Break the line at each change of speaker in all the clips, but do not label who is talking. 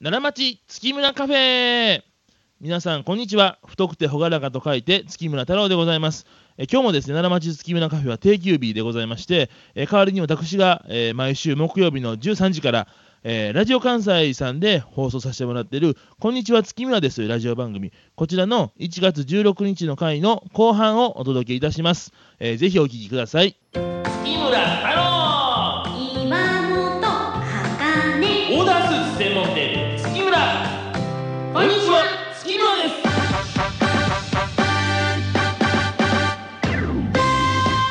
奈良町月村カフェ皆さんこんにちは太くて朗らかと書いて月村太郎でございますえー今日もですね奈良町月村カフェは定休日でございまして、えー代わりに私が、えー毎週木曜日の13時から、えーラジオ関西さんで放送させてもらっている「こんにちは月村です」というラジオ番組こちらの1月16日の回の後半をお届けいたします、えーぜひお聞きください月村太郎
岩本かね
オーダースーツ専門店月村こんにちは月村です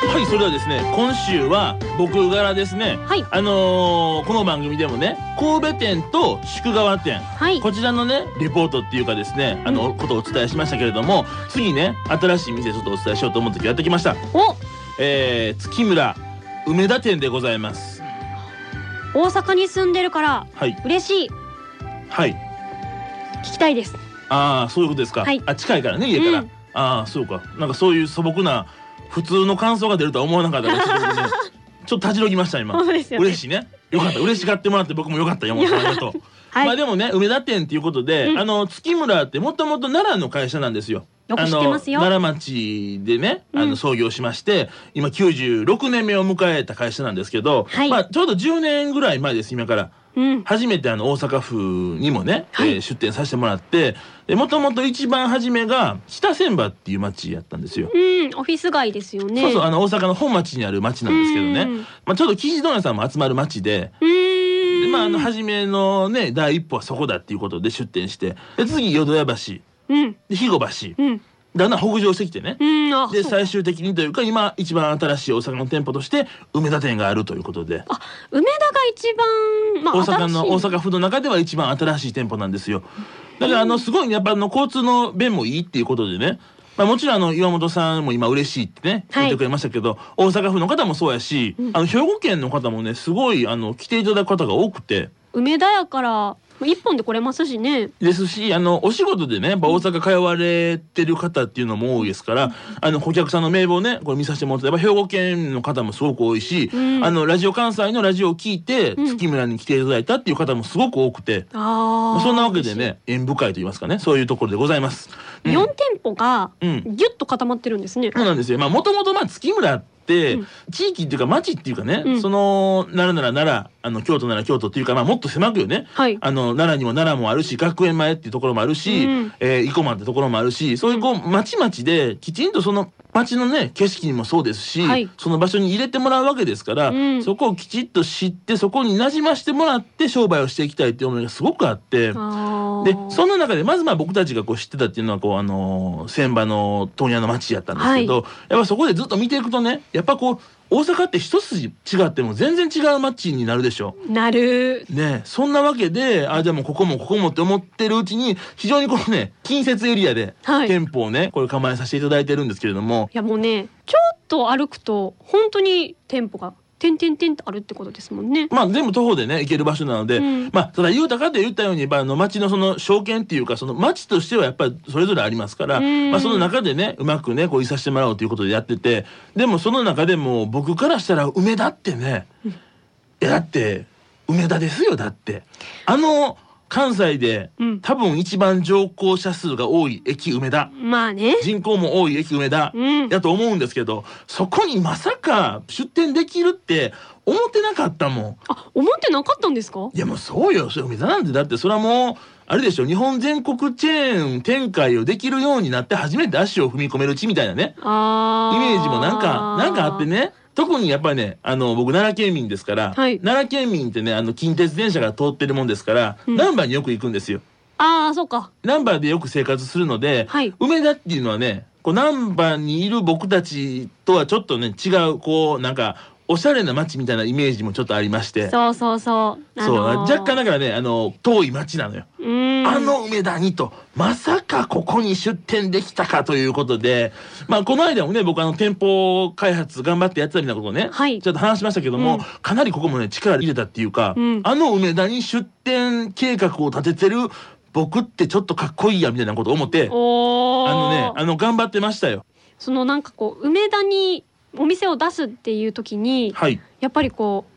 はいそれではですね今週は僕柄ですね
はい
あのーこの番組でもね神戸店と宿川店
はい
こちらのねレポートっていうかですねあのことをお伝えしましたけれども次ね新しい店ちょっとお伝えしようと思って今日やってきました
お
えー、月村梅田店でございます
大阪に住んでるから
はい
嬉しい
はい
聞きたいです
ああそういうことですか、
はい
あ近いからね家から、
うん
ああそうかなんかそういう素朴な普通の感想が出るとは思わなかったです ちょっと立ち退きました今
そうですよね
嬉しいねよかった嬉しがってもらって僕もよかった山本さんありがとう、
はい
まあでもね梅田店っていうことで、
うん
あの月村ってもともと奈良の会社なんですよ
よく知ってますよ
あの奈良町でねあ
う
の
ん
創業しまして、今96年目を迎えた会社なんですけど、
はい
まあちょうど10年ぐらい前です今から
うん
初めてあの大阪府にもね、
はい
えー出店させてもらってもともと一番初めが下千葉っていう町やったんですよ。
うんオフィス街ですよね
そうそうあの大阪の本町にある町なんですけど
うん
ね、まあ、ちょうど岸問屋さんも集まる町で。
うー
で
ん
まあ、あの初めのね第一歩はそこだっていうことで出店してで次淀屋橋
うん
で肥後橋
うん
だんだん北上してきてね
うんあ
で
そう
最終的にというか今一番新しい大阪の店舗として梅田店があるということで
あ梅田が一番まあ
大阪の大
新しい
阪府の中では一番新しい店舗なんですよ。だからあのすごいねやっぱあの交通の便もいいっていうことでね。まあもちろんあの岩本さんも今嬉しいってね
はい
言ってくれましたけど、大阪府の方もそうやし、あの兵庫県の方もねすごいあの来ていただく方が多くて
梅田やからまあ一本で来れますしね
ですしあのお仕事でねやっぱ大阪通われてる方っていうのも多いですから、あのお客さんの名簿をねこれ見させてもらってやっぱ兵庫県の方もすごく多いし、
うん
あのラジオ関西のラジオを聞いて
うん
月村に来ていただいたっていう方もすごく多くて。
あ
まあ
あ
そんなわけでね縁深いと言いますかねそういうところでございます。うん
4店舗が
うん
ギュッと固まってるんですね
そうなんですよ。まあもともとまあ月村って
うん
地域っていうか町っていうかね、
うん
その奈良なら奈良あの京都なら京都っていうかまあもっと狭くよね。
はい
あの奈良にも奈良もあるし学園前っていうところもあるし、
うん
えー生駒ってところもあるしそういうこう町々できちんとその町のね景色にもそうですし、
はい
その場所に入れてもらうわけですから、
うん
そこをきちっと知ってそこに馴染ましてもらって商売をしていきたいっていう思いがすごくあって。
あー
でそんな中でまずまあ僕たちがこう知ってたっていうのはこうあのー千葉の問屋の町やったんですけど、やっぱそこでずっと見ていくとねやっぱこう大阪って一筋違っても全然違う町になるでしょ。
なる
ねえそんなわけであでもここもここもって思ってるうちに非常にこのね近接エリアで
はい
店舗をね、これ構えさせていただいてるんですけれども
いやもうねちょっと歩くと本当に店舗が点々点ってあるってことですもんね。
まあ全部徒歩でね行ける場所なので、
うん
まあただ言うたかと言ったように、まあ、あの町のその証券っていうかその町としてはやっぱりそれぞれありますから、
うん
まあ、その中でねうまくねこういさせてもらおうということでやっててでもその中でも僕からしたら梅田ってね、いやだって梅田ですよだってあの関西で、
うん
多分一番乗降者数が多い駅梅田
まあね。
人口も多い駅梅田、
うん。
だと思うんですけどそこにまさか出店できるって思ってなかったもん。
あ思ってなかったんですか。
いやもうそうよ、それ梅田なんてだってそれはもう、あれでしょ、日本全国チェーン展開をできるようになって初めて足を踏み込めるうちみたいなね、
あ
イ
あ。
メージもなんか、なんかあって。ね。特にやっぱりね、あの、僕奈良県民ですから、
はい
奈良県民ってね、あの、近鉄電車が通ってるもんですから、
うん
ナンバーによく行くんですよ。
ああそうか。
ナンバーでよく生活するので、
はい
梅田っていうのはね、こうナンバーにいる僕たちとはちょっとね、違う、こう、なんか、おしゃれな街みたいなイメージもちょっとありまして。
そうそうそう。
そう、若干
な。
だからね、あの、遠い町なのよ。
うん。
あの梅田にと、まさかここに出店できたかということで、まあこの間もね、僕あの店舗開発頑張ってやってたみたいなことをね、
はい
ちょっと話しましたけども、
うん
かなりここもね、力入れたっていうか、
うん
あの梅田に出店計画を立ててる僕ってちょっとかっこいいや、みたいなことを思って、
おお。
あのね、あの頑張ってましたよ。
そのなんかこう梅田にお店を出すっていう時に
はい。
やっぱりこう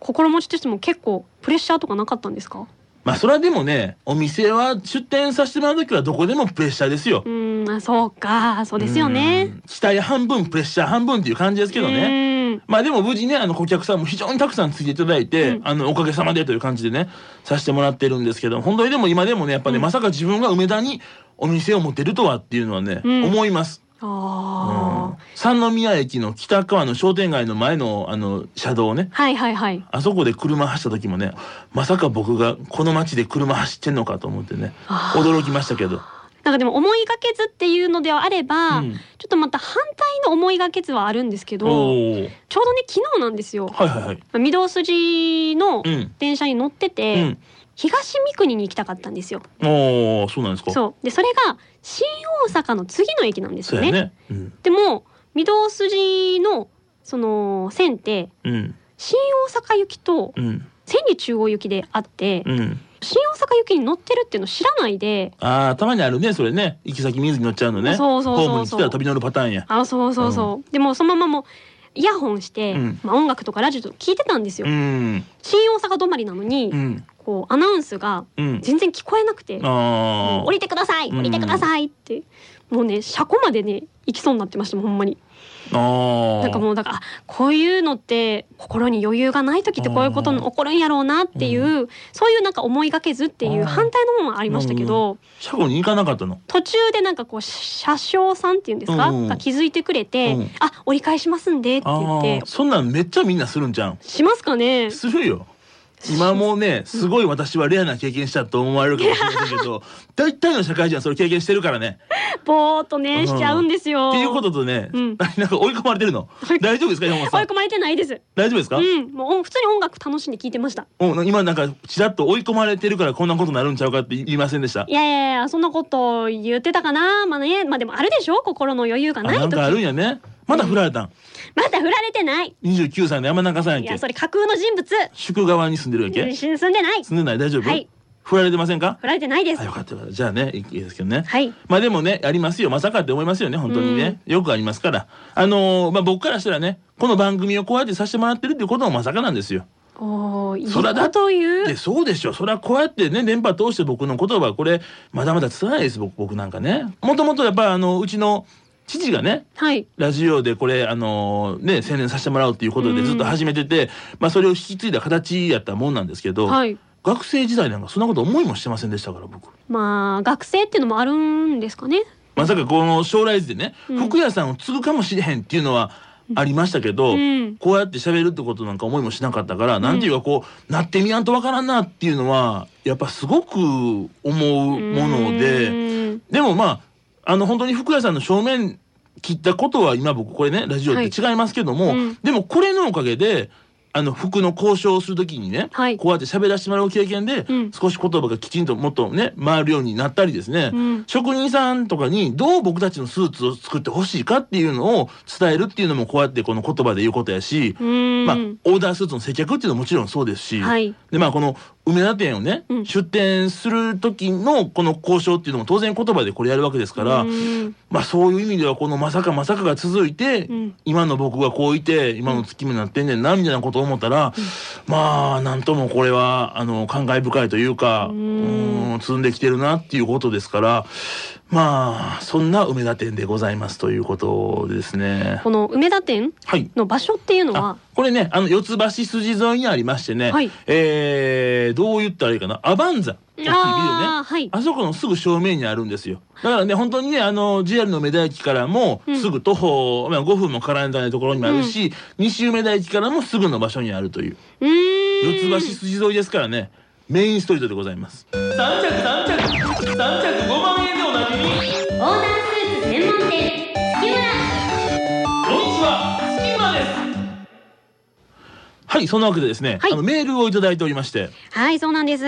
心持ちとしても結構プレッシャーとかなかったんですか。
まあそれはでもねお店は出店させてもらう時はどこでもプレッシャーですよ
う。ーんあそうかそうですよね
うん。期待半分プレッシャー半分っていう感じですけどね。
ね
まあでも無事ね、あの、お客さんも非常にたくさんついていただいて、
うん
あの、おかげさまでという感じでね、させてもらってるんですけど、本当にでも今でもね、やっぱね、
うん
まさか自分が梅田にお店を持てるとはっていうのはね、
うん
思います。うん
ああ、
三宮駅の北川の商店街の前の、あの、車道ね、
はいはいはい
あそこで車走った時もね、まさか僕がこの街で車走ってんのかと思ってね、
あー
驚きましたけど。
なんかでも思いがけずっていうのではあれば、
うん
ちょっとまた反対の思いがけずはあるんですけ
お
ど
ー
ちょうどね昨日なんですよ
はいはいはい。
御堂筋の
うん。
電車に乗って
う
て、
ん。
東三国に行きたかったんですよ
おーそうなんですか。
そうでそれが新大阪の次の駅なんです
そ
よ
う
ね
やね。うん。
でも御堂筋のその線って
うん。
新大阪行きと
うん。
千里中央行きであって、
うん。
新大阪行きに乗ってるっていうの知らないで
ああ、たまにあるね、それね。行き先見ずに乗っちゃうのね。
そうそうそうそう
ホームに来たら飛び乗るパターンや。
あそうそうそう、でもそのままもうイヤホンして、
うん
まあ、音楽とかラジオとか聞いてたんですよ、
うん。
新大阪止まりなのに、
うん。
こうアナウンスが
うん。
全然聞こえなくて
ああ
降。りてください降りてくださいって、もうね車庫までね行きそうになってましたもんほんまに
ああ。
なんかもうだからあこういうのって心に余裕がない時ってこういうことに起こるんやろうなっていう、そういうなんか思いがけずっていう
あー
反対のものもありましたけど、
車庫に行かなかったの。
途中でなんかこう車掌さんっていうんですか、
うん
が気づいてくれて「
うん
あ折り返しますんで」って
あ
言って
あ。そんなんめっちゃみんなするんじゃん。
しますかね
するよ。今もうね、すごい私はレアな経験したと思われるかもしれないけ ど、大体の社会人はそれ経験してるからね。
ぼーっとね
うん
しちゃうんですよ。
っていうこととね、
うん
なんか追い込まれてるの。大丈夫ですか、山本
追
さ
い
ん。
込まれてないです。
大丈夫ですか
う、ん、もう普通に音楽楽しんで聞いてました。
うん、今なんか、ちらっと追い込まれてるからこんなことになるんちゃうかって言いませんでした
いやいやいやそんなこと言ってたかなまあねまあでもあるでしょ心の余裕が
あ
ない
なん
時
かあるんやね。まだ振られたん。
まだ振られてない。
29歳の山中さん
い
や
や
っけ
それ架空の人物。
宿川に住んでるやっけ
住んでない。
住んでない大丈夫、
はい
振られてませんか
振られてないです
あ。よかったよかったじゃあねいいですけどね
はい。
まあでもねありますよまさかって思いますよね本当にねよくありますからあのーまあ僕からしたらねこの番組をこうやってさせてもらってるっていうこともまさかなんですよ
おおいい
そらだ
こと言
で
う。
そうでしょそれはこうやってね電波通して僕の言葉これまだまだつないです僕僕なんかねもともとやっぱあのうちの父がね
はい。
ラジオでこれ、あのね、宣伝させてもらうっていうこと
う
で
ん
ずっと始めてて、まあそれを引き継いだ形やったもんなんですけど、
はい。
学生時代なんかそんなこと思いもしてませんでしたから、僕。
まあ学生っていうのもあるんですかね。
まさかこの将来図でね、
うん
服屋さんを継ぐかもしれへんっていうのはありましたけど、
うん
こうやって喋るってことなんか思いもしなかったから、なんていうかこう、なってみやんとわからんなっていうのは、やっぱすごく思うもので、
うん
でもまああの本当に服屋さんの正面切ったことは今僕これねラジオって違いますけども、
はいうん
でもこれのおかげであの服の交渉をするときにね、
はい
こうやって喋らせてもらう経験で、
うん
少し言葉がきちんともっとね回るようになったりですね、
うん
職人さんとかにどう僕たちのスーツを作ってほしいかっていうのを伝えるっていうのもこうやってこの言葉で言うことやし、
うん。
まあ、オーダースーツの接客っていうのももちろんそうですし、
はい
でまあ、この梅田店をね、
うん
出店する時のこの交渉っていうのも当然言葉でこれやるわけですから、
うん
まあ、そういう意味ではこのまさかまさかが続いて、
うん
今の僕がこういて今の月見になってんねんなみたいなことを思ったら、まあなんともこれはあの感慨深いというか、う
う
んーん積んできてるなっていうことですからまあそんな梅田店でございますということですね。
この梅田店
はい
の場所っていうのは
あ、これねあの四つ橋筋沿いにありましてね、
はい
えーどう言ったらいいかなアバンザ大きいビルね
あーはい
あそこのすぐ正面にあるんですよだからね本当にねあの JR の梅田駅からも
うん
すぐ徒歩、まあ、5分も絡んだないところにもあるし、西梅田駅からもすぐの場所にあるという
うーん。
四つ橋筋沿いですからねメインストリートでございます三着三着三着5万円でおなじみこんにち
オーダースーツ専門店月村。
は月村ですはいそんなわけでですね、
はい
あのメールをいただいておりまして
はい、そうなんです。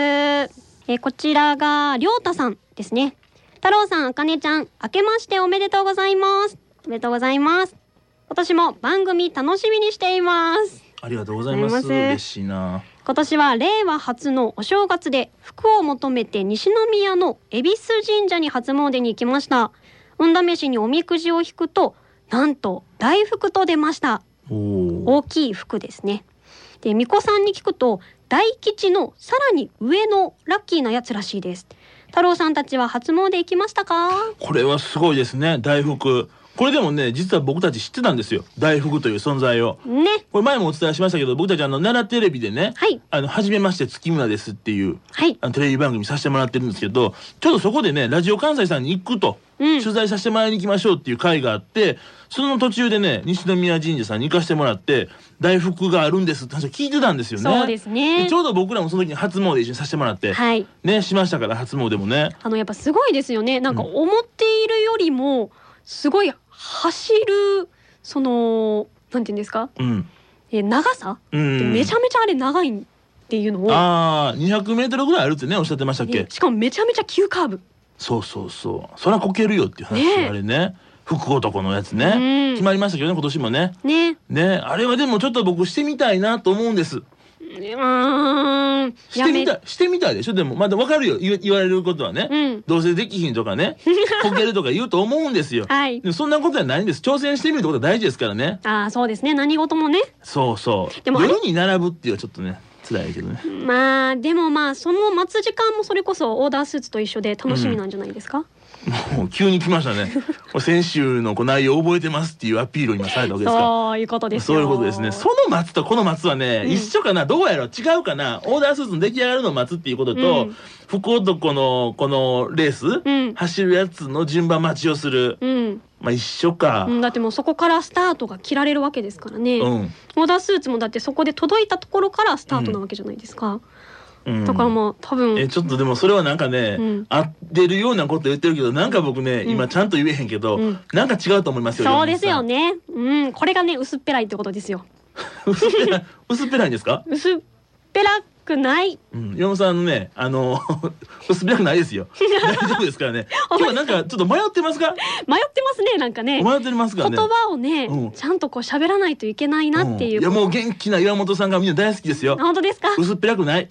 えーこちらが、りょうたさんですね。太郎さん、あかねちゃん、明けましておめでとうございます。おめでとうございます。今年も番組楽しみにしています。
ありがとうございま
あ
す
りがとうございます
嬉しいな
今年は令和初のお正月で服を求めて西宮の恵比寿神社に初詣に行きました運試しにおみくじを引くとなんと大福と出ました
おお
大きい服ですねで巫女さんに聞くと大吉のさらに上のラッキーなやつらしいです太郎さんたちは初詣行きましたか
これはすごいですね大福これでもね実は僕たち知ってたんですよ大福という存在を
ね
これ前もお伝えしましたけど僕たちあの奈良テレビでね
はい
あの初めまして月村ですっていう
はい
あのテレビ番組させてもらってるんですけどちょうどそこでねラジオ関西さんに行くと、
うん
取材させてもらいに行きましょうっていう会があってその途中でね西宮神社さんに行かせてもらって大福があるんですって話を聞いてたんですよね。
そうですね
でちょうど僕らもその時に初詣一緒にさせてもらって、
はい
ねしましたから初詣もね。
あのやっぱすごいですよねなんか思っているよりもすごい走るそのなんていうんですか、
うん。
えー長さ、
うん。
めちゃめちゃあれ長いっていうのを
ああ200メートルぐらいあるってねおっしゃってましたっけ、
ねしかもめちゃめちゃ急カーブ
そうそうそうそりゃこけるよっていう話、
ねえ
あれね福男のやつね、
うん
決まりましたけどね今年もね
ね
ねあれはでもちょっと僕してみたいなと思うんです
うーん
してみたいしてみたいでしょでもまだわかるよ言わ言われることはね、
うん
どうせできひんとか ねこけるとか言うと思うんですよ、
はい
でもそんなことはないんです挑戦してみるってことは大事ですからね
ああそうですね何事もね
そうそう
でもあれ
夜に並ぶっていうのはちょっとね辛いけどね
まあでもまあその待つ時間もそれこそオーダースーツと一緒で楽しみなんじゃないですか、
もう急に来ました ねもう先週のこう内容覚えてますっていうアピールを今されたわけですから
そういうことです
そう
よ
いうことですね。その松とこの松はね、
うん
一緒かなどうやろう違うかなオーダースーツの出来上がるのを待つっていうことと、
うん
福男のこのレース、
ん
走るやつの順番待ちをする。
うん、
まあ一緒か
う。ん、だってもうそこからスタートが切られるわけですからね、
う
オ
ん。
ーダースーツもだってそこで届いたところからスタートなわけじゃないですか、
うん
だからもう多分
えちょっとでもそれはなんかね、
うん
合ってるようなこと言ってるけどなんか僕ね、
うん
今ちゃんと言えへんけど、
うん
なんか違うと思いますよ
そうですよ
ね
ねうんこれがね薄っぺらいってことですよ
薄っぺらい薄っぺらいんですか、
薄っぺらくない
うん、山本さんのねあの 薄っぺらくないです よ大丈夫ですからね今日はなんかちょっと迷ってますか
迷ってますねなんかね
迷ってますから
言
ね
葉をね、
うん
ちゃんとこう喋らないといけないなっていう、
んやもう元気な岩本さんがみんな大好きですよ
あ本当ですか
薄っぺらく ない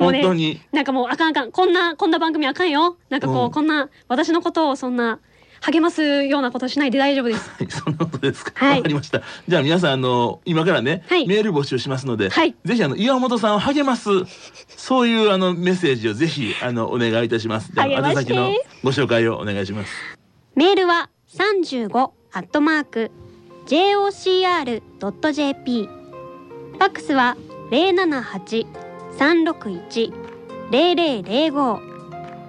もう
本
ね
当に
なんかもうあかんあかんこんなこんな番組あかんよなんかこう、
うん
こんな私のことをそんな励ますようなことしないで大丈夫です
はいそんなことですか、
はい
わかりましたじゃあ皆さんあの今からね、
はい
メール募集しますので、
はい
ぜひあの岩本さんを励ますそういうあのメッセージをぜひあのお願いいたしますでは
励まして
宛先のご紹介をお願いします
メールは三十五アットマーク j o c r ドット j p。ファックスは零七八三六一零零零五。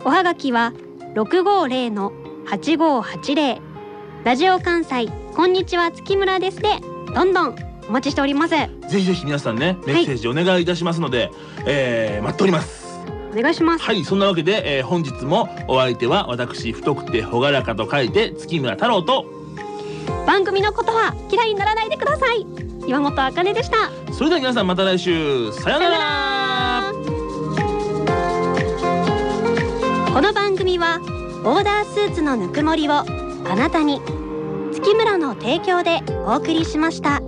おはがきは六五零の八五八零。ラジオ関西こんにちは月村ですでどんどんお待ちしております。
ぜひぜひ皆さんねメッセージお願いいたしますので、えー待っております
お願いします。
はいそんなわけで、えー本日もお相手は私太くて朗らかと書いて月村太郎と
番組のことは嫌いにならないでください。岩本あかねでした。
それでは皆さんまた来週さような
さよう
ら
この番組はオーダースーツのぬくもりをあなたに月村の提供でお送りしました。